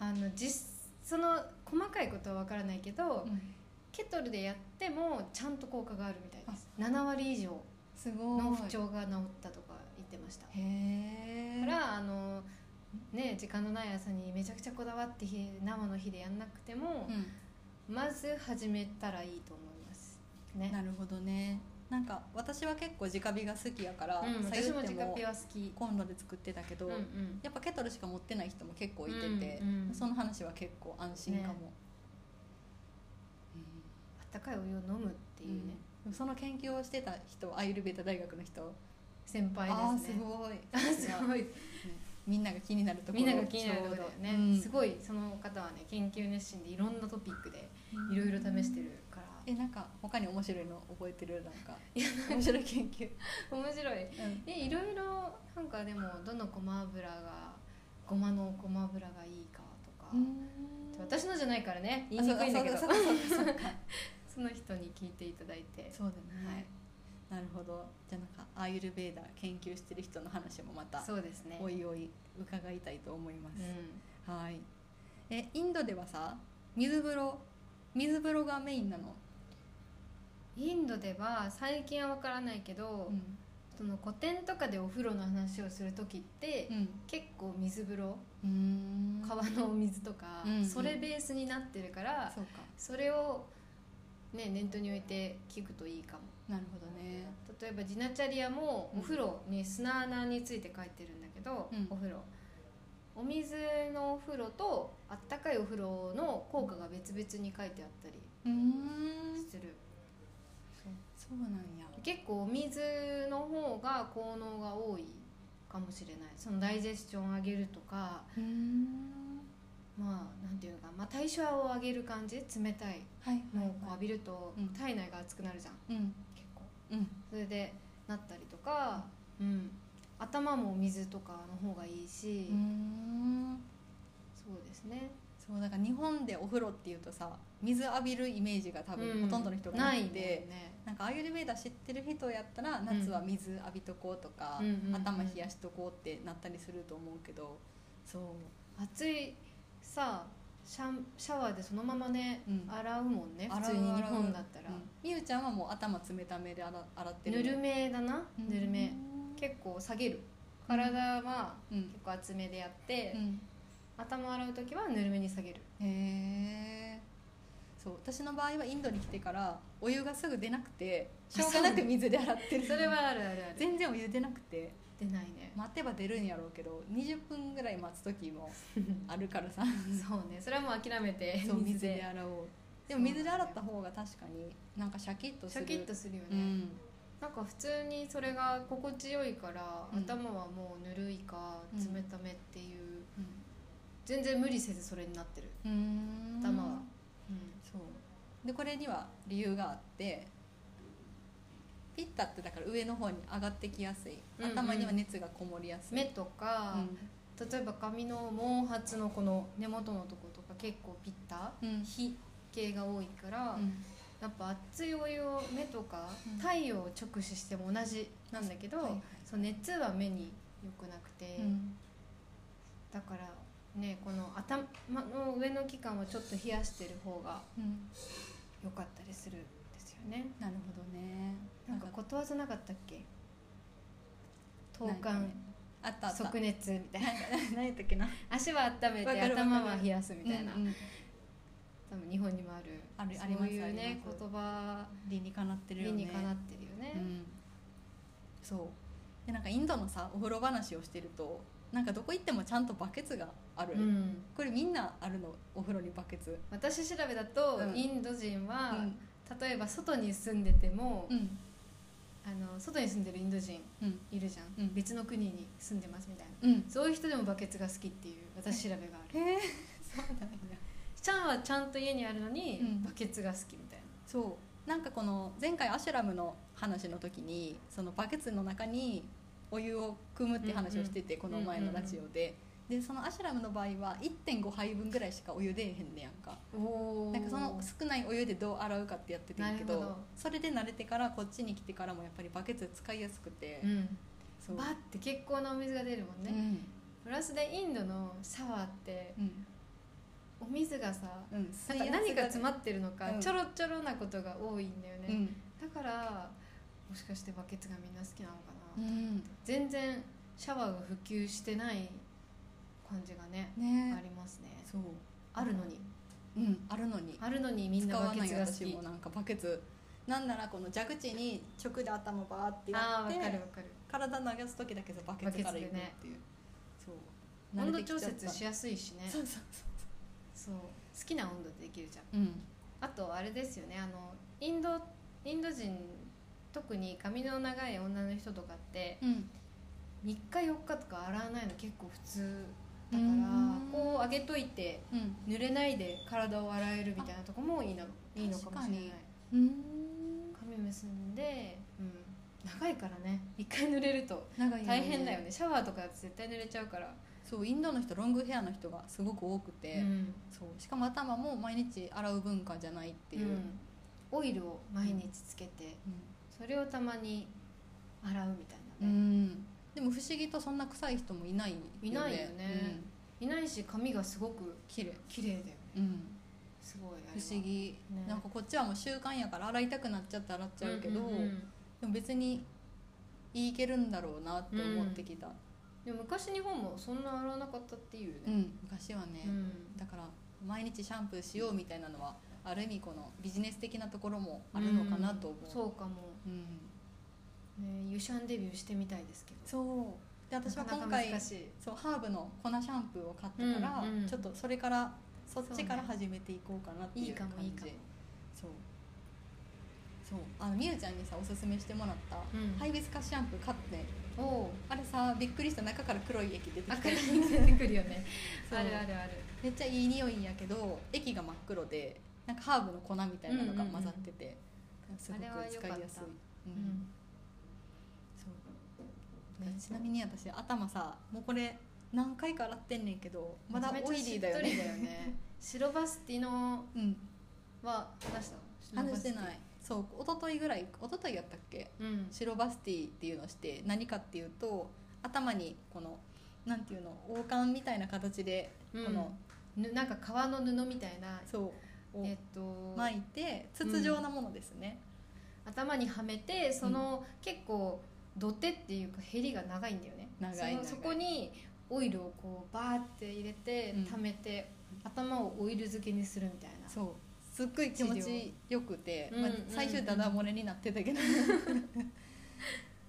Speaker 2: あの実その細かいことは分からないけど、
Speaker 1: うん
Speaker 2: ケトルでやってもちゃんと効果があるみたいです7割以上
Speaker 1: すごい
Speaker 2: の不調が治ったとか言ってました
Speaker 1: へえ
Speaker 2: だからあのね時間のない朝にめちゃくちゃこだわって火生の火でやんなくても
Speaker 1: う、ん
Speaker 2: まず始めたらいいと思いますね
Speaker 1: なるほどねなんか私は結構直火が好きやから、
Speaker 2: うん
Speaker 1: さゆっ
Speaker 2: 私
Speaker 1: て
Speaker 2: も自家ピは好き
Speaker 1: コンロで作ってたけど、
Speaker 2: うんうん
Speaker 1: やっぱケトルしか持ってない人も結構いてて、
Speaker 2: うんうん
Speaker 1: その話は結構安心かも、
Speaker 2: あったかいお湯を飲むって
Speaker 1: うん
Speaker 2: いうね、
Speaker 1: でもその研究をしてた人アイルベータ大学の人
Speaker 2: 先輩
Speaker 1: あー
Speaker 2: です
Speaker 1: す
Speaker 2: ね
Speaker 1: ごい
Speaker 2: あすご い
Speaker 1: みんなが気になるところ
Speaker 2: みんなが気になるところだよね、
Speaker 1: うん
Speaker 2: すごいその方はね研究熱心でいろんなトピックでいろいろ試してるから
Speaker 1: えなんか他に面白いの覚えてるなんか面白い研究、
Speaker 2: 面白い
Speaker 1: うん
Speaker 2: えいろいろなんかでもどのごま油がごまのごま油がいいかとか、私のじゃないからね言いにくいんだけど
Speaker 1: あそ
Speaker 2: そ
Speaker 1: あ
Speaker 2: う
Speaker 1: そうかそうかそうか
Speaker 2: の人に聞いていただいて
Speaker 1: そうだね、
Speaker 2: はい
Speaker 1: なるほどじゃあなんかアーユルベーダー研究してる人の話もまた
Speaker 2: そうですね
Speaker 1: おいおい伺いたいと思いま
Speaker 2: う
Speaker 1: す、
Speaker 2: ん、
Speaker 1: はいえインドではさ水風呂水風呂がメインなの、
Speaker 2: インドでは最近は分からないけど、
Speaker 1: うん
Speaker 2: その古典とかでお風呂の話をする時って、
Speaker 1: うん
Speaker 2: 結構水風呂
Speaker 1: うん
Speaker 2: 川のお水とか、
Speaker 1: うん
Speaker 2: それベースになってるから、
Speaker 1: そうか
Speaker 2: それを、ね、念頭に置いて聞くといいかも
Speaker 1: なるほどね
Speaker 2: 例えばジナチャリアも
Speaker 1: うん
Speaker 2: お風呂に砂穴について書いてるんだけど、
Speaker 1: うん
Speaker 2: お風呂お水のお風呂とあったかいお風呂の効果が別々に書いてあったり
Speaker 1: うん
Speaker 2: する、
Speaker 1: そうなんや
Speaker 2: 結構お水の方が効能が多いかもしれないそのダイジェスション上げるとか
Speaker 1: うん
Speaker 2: まあなんていうのか、まあ、代謝を上げる感じ冷たい
Speaker 1: はいはい
Speaker 2: もうこう浴びると
Speaker 1: うん
Speaker 2: 体内が熱くなるじゃん
Speaker 1: うん
Speaker 2: 結構
Speaker 1: うん
Speaker 2: それでなったりとか、うん、頭もお水とかの方がいいし、
Speaker 1: うん
Speaker 2: そうですね
Speaker 1: そうだから日本でお風呂っていうとさ水浴びるイメージが多分
Speaker 2: う
Speaker 1: ほとんどの人がなく
Speaker 2: い
Speaker 1: て、
Speaker 2: もんね
Speaker 1: なんかアーユルベーダー知ってる人やったら夏は水浴びとこうとか、
Speaker 2: うんうんうん
Speaker 1: 頭冷やしとこうってなったりすると思うけどそう
Speaker 2: 暑いさシャンシャワーでそのままね、
Speaker 1: うん
Speaker 2: 洗うもんね普
Speaker 1: 洗う
Speaker 2: 通に日
Speaker 1: 洗う
Speaker 2: 本だったら、
Speaker 1: うんみゆちゃんはもう頭冷ためで洗洗って
Speaker 2: ぬ
Speaker 1: る
Speaker 2: るめだな、
Speaker 1: うん
Speaker 2: ぬるめ結構下げる体は
Speaker 1: うん
Speaker 2: 結構厚めでやって、
Speaker 1: うん
Speaker 2: 頭洗う時はぬるめに下げる
Speaker 1: へえそう私の場合はインドに来てからお湯がすぐ出なくてしょうがなく水で洗ってる
Speaker 2: それはあるあるある
Speaker 1: 全然お湯出なくて
Speaker 2: 出ないね
Speaker 1: 待てば出るんやろうけど20分ぐらい待つ時 もあるからさ
Speaker 2: そうねそれはもう諦めて
Speaker 1: そう水で洗おうでも
Speaker 2: そうなんだよ
Speaker 1: 水で洗った方が確かになんかシャキッとす
Speaker 2: シ
Speaker 1: る
Speaker 2: ャキッとするよね、
Speaker 1: うん
Speaker 2: なんか普通にそれが心地よいから、
Speaker 1: うん
Speaker 2: 頭はもうぬるいか
Speaker 1: うん
Speaker 2: 冷ためっていう、全然無理せずそれになってる、
Speaker 1: うーん
Speaker 2: 頭は
Speaker 1: そうでこれには理由があってピッタってだから上の方に上がってきやすい
Speaker 2: うんうん
Speaker 1: 頭には熱がこもりやすい、
Speaker 2: 目とか、
Speaker 1: う
Speaker 2: 例えば髪の毛髪のこの根元のとことか結構ピッタ、
Speaker 1: んうん
Speaker 2: 火系が多いから、
Speaker 1: うん
Speaker 2: やっぱ熱いお湯を目とか、
Speaker 1: うん
Speaker 2: 太陽を直視しても同じなんだけど、
Speaker 1: はいはい
Speaker 2: その熱は目に良くなくて、
Speaker 1: うん
Speaker 2: だからねこの頭の上の器官をちょっと冷やしてる方が
Speaker 1: うん
Speaker 2: 良かったりするんですよね
Speaker 1: なるほどね
Speaker 2: なんかことわざなかったっけ投
Speaker 1: なんか
Speaker 2: 函
Speaker 1: ねあったあった
Speaker 2: 即熱みたいな
Speaker 1: 何やったっけな
Speaker 2: 足は温め
Speaker 1: わ
Speaker 2: て
Speaker 1: かるわかる
Speaker 2: 頭は冷やすみたいな、
Speaker 1: うんうん
Speaker 2: 多分日本にもある
Speaker 1: ある
Speaker 2: そ
Speaker 1: あ
Speaker 2: う
Speaker 1: ります
Speaker 2: いう
Speaker 1: あり
Speaker 2: ね
Speaker 1: ます
Speaker 2: 言葉
Speaker 1: 理にかなってるよ
Speaker 2: 理
Speaker 1: ね
Speaker 2: にかなってるよね、
Speaker 1: うん、そうでなんかインドのさお風呂話をしてるとなんかどこ行ってもちゃんとバケツがある、
Speaker 2: うん
Speaker 1: これみんなあるのお風呂にバケツ
Speaker 2: 私調べだと、
Speaker 1: うん
Speaker 2: インド人は、
Speaker 1: うん
Speaker 2: 例えば外に住んでても、
Speaker 1: うん
Speaker 2: あの外に住んでるインド人
Speaker 1: うん
Speaker 2: いるじゃん、
Speaker 1: うん
Speaker 2: 別の国に住んでますみたいな
Speaker 1: うん
Speaker 2: そういう人でもバケツが好きっていう私調べがある
Speaker 1: へえそうなんや
Speaker 2: ちゃんはちゃんと家にあるのに、
Speaker 1: うん
Speaker 2: バケツが好きみたいな
Speaker 1: そうなんかこの前回アシュラムの話の時にそのバケツの中にお湯を汲むって話をしてて、この前のラジオで、でそのアシュラムの場合は1.5杯分ぐらいしかお湯出えへんねやんか
Speaker 2: お
Speaker 1: なんかその少ないお湯でどう洗うかってやっててんけど
Speaker 2: なるほど
Speaker 1: それで慣れてからこっちに来てからもやっぱりバケツ使いやすくて、
Speaker 2: うん、
Speaker 1: そう
Speaker 2: バッて結構なお水が出るもんね、プラスでインドのシャワーって
Speaker 1: うんうん
Speaker 2: お水がさ
Speaker 1: うん、
Speaker 2: なんか何が詰まってるのか
Speaker 1: うん
Speaker 2: ちょろちょろなことが多いんだよ
Speaker 1: う
Speaker 2: ね、
Speaker 1: ん、
Speaker 2: だからもしかしてバケツがみんな好きなのか
Speaker 1: う
Speaker 2: な、
Speaker 1: ん、
Speaker 2: 全然シャワーが普及してない感じがねあ
Speaker 1: ね
Speaker 2: りますね
Speaker 1: そう、
Speaker 2: あるのに
Speaker 1: うん、あるのに
Speaker 2: あるのにみん
Speaker 1: 使
Speaker 2: なバ
Speaker 1: わ
Speaker 2: ケ
Speaker 1: ない
Speaker 2: ツが好
Speaker 1: 私
Speaker 2: き
Speaker 1: もなんかバケツなんならこの蛇口に直で頭バーって
Speaker 2: あ
Speaker 1: や
Speaker 2: あ
Speaker 1: っ
Speaker 2: ーわかる
Speaker 1: て
Speaker 2: わかる
Speaker 1: 体流す時だけさバケツから行くっていう、そう
Speaker 2: 温
Speaker 1: 慣
Speaker 2: 度
Speaker 1: れてきちゃ
Speaker 2: 調
Speaker 1: った
Speaker 2: 節しやすいしね
Speaker 1: そうそうそ
Speaker 2: そう好きな温度でできるじゃん
Speaker 1: ううん
Speaker 2: あとあれですよねあのインドインド人と特に髪の長い女の人とかって
Speaker 1: うん
Speaker 2: 3日4日とか洗わないの結構普通だ
Speaker 1: う
Speaker 2: か
Speaker 1: ん
Speaker 2: らこう上げといて
Speaker 1: うん
Speaker 2: 濡れないで体を洗えるみたいなとこもいいないいのかもしれない
Speaker 1: 確かうん
Speaker 2: 髪結んで、うん、長いからね一回濡れると
Speaker 1: 長い
Speaker 2: 大変だよ
Speaker 1: ね
Speaker 2: ねシャワーとかだと絶対濡れちゃうから、
Speaker 1: そうインドの人ロングヘアの人がすごく多くて、
Speaker 2: うん
Speaker 1: そうしかも頭も毎日洗う文化じゃないっていう、
Speaker 2: うんオイルを毎日つけてそれをたまに洗うみたい
Speaker 1: うん
Speaker 2: なね、
Speaker 1: でも不思議とそんな臭い人もいないよね
Speaker 2: いないよねいないし髪がすごく
Speaker 1: 綺麗
Speaker 2: 綺麗だよね
Speaker 1: うん
Speaker 2: すごいあれは
Speaker 1: 不思議、
Speaker 2: ね
Speaker 1: なんかこっちはもう習慣やから洗いたくなっちゃって洗っちゃうけど、
Speaker 2: んんうん
Speaker 1: でも別にいけるんだろうなって思ってきた、
Speaker 2: でも昔日本もそんな洗わなかったっていう
Speaker 1: うん
Speaker 2: ね、
Speaker 1: 昔はね、
Speaker 2: うん
Speaker 1: だから毎日シャンプーしようみたいなのはある意味このビジネス的なところもあるのかなと思う、
Speaker 2: んそうかも、
Speaker 1: うん
Speaker 2: ね、ユシャンデビューしてみたいですけど
Speaker 1: そうで私は今
Speaker 2: なかなか
Speaker 1: 回
Speaker 2: 難しい
Speaker 1: そうハーブの粉シャンプーを買ったから、
Speaker 2: うんうん
Speaker 1: ちょっとそれからそっ
Speaker 2: そう
Speaker 1: ち
Speaker 2: ね
Speaker 1: から始めていこうかなってい
Speaker 2: いうい
Speaker 1: 感
Speaker 2: か
Speaker 1: じ
Speaker 2: もいいかも
Speaker 1: そうそうあのみゆちゃんにさおすすめしてもらった、
Speaker 2: うん
Speaker 1: ハイビスカスシャンプー買って
Speaker 2: おお
Speaker 1: あれさびっくりした中から黒い液 出てきた
Speaker 2: 赤いに出てくるよ ね
Speaker 1: そう
Speaker 2: あるあるある
Speaker 1: めっちゃいい匂いやけど液が真っ黒でなんかハーブの粉みたいなのが混ざってて、すごく
Speaker 2: あれは良
Speaker 1: 使
Speaker 2: か
Speaker 1: い
Speaker 2: った
Speaker 1: やすい、う
Speaker 2: うんん
Speaker 1: そう、ねちなみに私頭さもうこれ何回か洗ってんねんけどまだ
Speaker 2: めちゃ
Speaker 1: オイ
Speaker 2: め
Speaker 1: リ
Speaker 2: ちゃ
Speaker 1: ーだよね
Speaker 2: しっとりだよね白バスティの
Speaker 1: うん
Speaker 2: は話した
Speaker 1: 話して
Speaker 2: い
Speaker 1: ないそう一昨日ぐらい一昨日やったっけ
Speaker 2: うん
Speaker 1: 白バスティっていうのをして何かっていうと頭にこのなんていうの王冠みたいな形で
Speaker 2: うん
Speaker 1: この、
Speaker 2: ぬなんか革の布みたいな
Speaker 1: そうを
Speaker 2: えっと
Speaker 1: 巻いて筒状なものですね、
Speaker 2: 頭にはめてその、結構土手っていうかヘリが長いんだよね
Speaker 1: 長い
Speaker 2: その
Speaker 1: 長い
Speaker 2: そこにオイルをこうバーって入れて
Speaker 1: うん
Speaker 2: 溜めて、頭をオイル漬けにするみたいな
Speaker 1: そうすっごい気持ちよくて、
Speaker 2: うん
Speaker 1: まあ
Speaker 2: うん、
Speaker 1: 最終ダダ漏れになってたけ ど、そう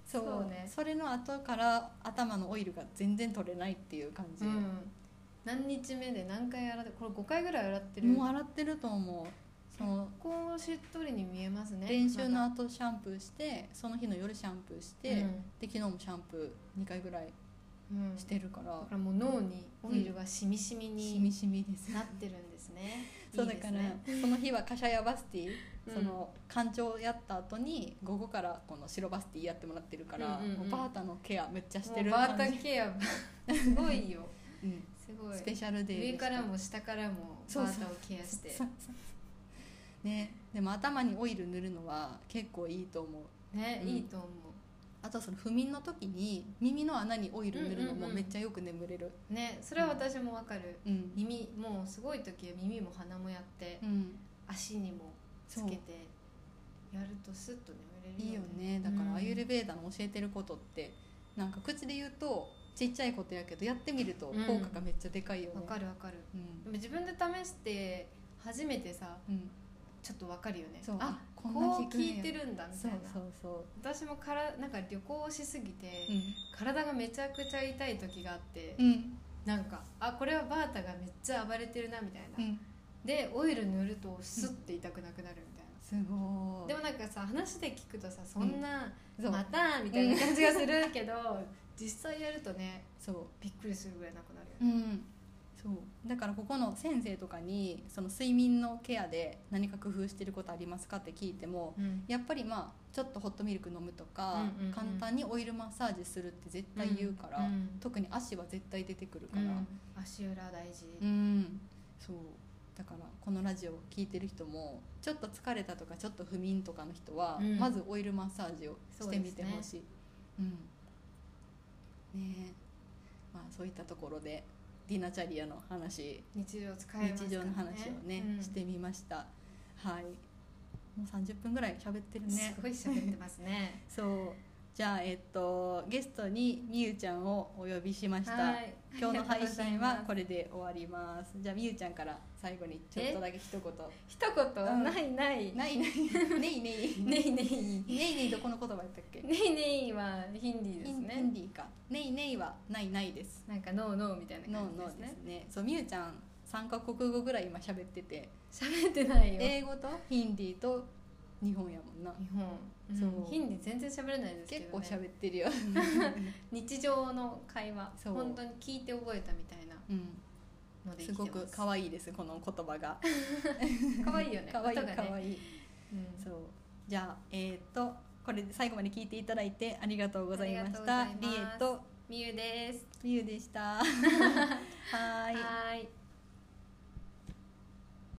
Speaker 2: そ
Speaker 1: そう
Speaker 2: ね
Speaker 1: れの後から頭のオイルが全然取れないっていう感じ、
Speaker 2: ん、何日目で何回洗ってこれ5回ぐらい洗ってる
Speaker 1: もう洗ってると思うその
Speaker 2: こうしっとりに見えますね
Speaker 1: 練習の
Speaker 2: ま
Speaker 1: 後シャンプーしてその日の夜シャンプーして、
Speaker 2: うん
Speaker 1: で昨日もシャンプー2回ぐらい
Speaker 2: だうん
Speaker 1: してるから、
Speaker 2: だからもう脳にオイルがしみしみ
Speaker 1: しみ
Speaker 2: に
Speaker 1: しみです
Speaker 2: なってるんですね、
Speaker 1: そう
Speaker 2: い
Speaker 1: だ
Speaker 2: いで
Speaker 1: か
Speaker 2: す
Speaker 1: ら
Speaker 2: ね
Speaker 1: その日はカシャヤバスティ、
Speaker 2: うん
Speaker 1: その干潮やった後に午後からこの白バスティやってもらってるから、
Speaker 2: うんうんうん
Speaker 1: もうバータのケアめっちゃして
Speaker 2: も
Speaker 1: る
Speaker 2: うバータ
Speaker 1: 感じ、
Speaker 2: ケア すごいよ
Speaker 1: うん、
Speaker 2: すごい
Speaker 1: スペシャルデー
Speaker 2: 上
Speaker 1: でした
Speaker 2: からも下からも
Speaker 1: そう
Speaker 2: バ
Speaker 1: そう
Speaker 2: ータをケアして
Speaker 1: そうそうねでも頭にオイル塗るのは結構いいと思う
Speaker 2: ね、
Speaker 1: うん
Speaker 2: いいと思
Speaker 1: あとその不眠の時に耳の穴にオイル塗るの
Speaker 2: うんうん
Speaker 1: も
Speaker 2: うん
Speaker 1: めっちゃよく眠れる
Speaker 2: うねそれは私もわかる、
Speaker 1: うん、
Speaker 2: 耳もうすごい時は耳も鼻もやって、
Speaker 1: うん
Speaker 2: 足にもつけてやるとスッと眠れる
Speaker 1: いいよねだからアユル
Speaker 2: ベ
Speaker 1: ベーダの教えてることってなんか口で言うとちっちゃいことやけどやってみると効果がめっちゃでかいよね、
Speaker 2: わかるわかる
Speaker 1: うん
Speaker 2: でも自分で試して初めてさ
Speaker 1: うん、
Speaker 2: ちょっとわかるよね
Speaker 1: そう
Speaker 2: あ
Speaker 1: こ
Speaker 2: こ
Speaker 1: ん
Speaker 2: ん
Speaker 1: な
Speaker 2: な
Speaker 1: 効
Speaker 2: 効
Speaker 1: くんや
Speaker 2: いてるんだみた
Speaker 1: そ
Speaker 2: いうな
Speaker 1: そうそ
Speaker 2: 私もからなんか旅行しすぎて、
Speaker 1: ううん、
Speaker 2: 体がめちゃくちゃ痛い時があって、
Speaker 1: うん
Speaker 2: なんかあこれはバータがめっちゃ暴れてるなみたいな、
Speaker 1: うん、
Speaker 2: でオイル塗るとスッて痛くなくなるみたいな、
Speaker 1: すごい
Speaker 2: でもなんかさ話で聞くとさそんな、
Speaker 1: そう,、
Speaker 2: またみたいな感じがするけど、実際やるとね
Speaker 1: そう
Speaker 2: びっくりするぐらいなくなるよね
Speaker 1: うん、そうだからここの先生とかにその睡眠のケアで何か工夫してることありますかって聞いても
Speaker 2: うん
Speaker 1: やっぱりまあちょっとホットミルク飲むとか、
Speaker 2: うんうんうん
Speaker 1: 簡単にオイルマッサージするって絶対言うから、
Speaker 2: うん
Speaker 1: 特に足は絶対出てくるか
Speaker 2: う
Speaker 1: ら、
Speaker 2: ん足裏大事、
Speaker 1: うんそうだからこのラジオを聞いてる人もちょっと疲れたとかちょっと不眠とかの人は、
Speaker 2: うん
Speaker 1: まずオイルマッサージをしてみてほしいうんねえまあそういったところでディナチャリアの話、
Speaker 2: 日常使えますから、ね、
Speaker 1: 日常の話をね、
Speaker 2: うん
Speaker 1: してみましたはいもう30分ぐらい喋ってるね
Speaker 2: すごい喋ってますね
Speaker 1: そうじゃあえっとゲストにみゆちゃんをお呼びしました、
Speaker 2: はい
Speaker 1: 今日の配信は
Speaker 2: ありがとうございます
Speaker 1: これで終わりますじゃあみゆちゃんから最後にちょっとだけ一言
Speaker 2: 一言、
Speaker 1: うん
Speaker 2: ないない
Speaker 1: ないない ねいねい
Speaker 2: ねいねい
Speaker 1: ねいねいどこの言葉やったっけ
Speaker 2: ねいねいはヒンディーで
Speaker 1: イ
Speaker 2: す
Speaker 1: ンイ
Speaker 2: ね
Speaker 1: ンディーかねいねいはないないです
Speaker 2: なんかノーノーみたいな
Speaker 1: ノ
Speaker 2: 感
Speaker 1: ー
Speaker 2: じで
Speaker 1: ノ
Speaker 2: す
Speaker 1: ーで
Speaker 2: ね
Speaker 1: すねそうみゆちゃん3カ国語ぐらい今喋ってて
Speaker 2: 喋ってないよ
Speaker 1: 英語とヒンディーと日本やもんな
Speaker 2: 日本、
Speaker 1: そう
Speaker 2: ヒンディ全然喋れないですけ
Speaker 1: 結
Speaker 2: ど、
Speaker 1: 構
Speaker 2: ね、
Speaker 1: 喋ってる よ
Speaker 2: 日常の会話
Speaker 1: そう
Speaker 2: 本当に聞いて覚えたみたいな
Speaker 1: うん
Speaker 2: のです生きて
Speaker 1: ご
Speaker 2: ます
Speaker 1: く可愛いですこの言葉が
Speaker 2: 可愛いよね
Speaker 1: 可愛い
Speaker 2: 音がね
Speaker 1: 可愛い
Speaker 2: うん
Speaker 1: そうじゃあえっ、とこれで最後まで聞いていただいてありがとうございました
Speaker 2: ありがとうございま
Speaker 1: リ
Speaker 2: す
Speaker 1: エと
Speaker 2: みゆです
Speaker 1: みゆでしたはーい
Speaker 2: はーい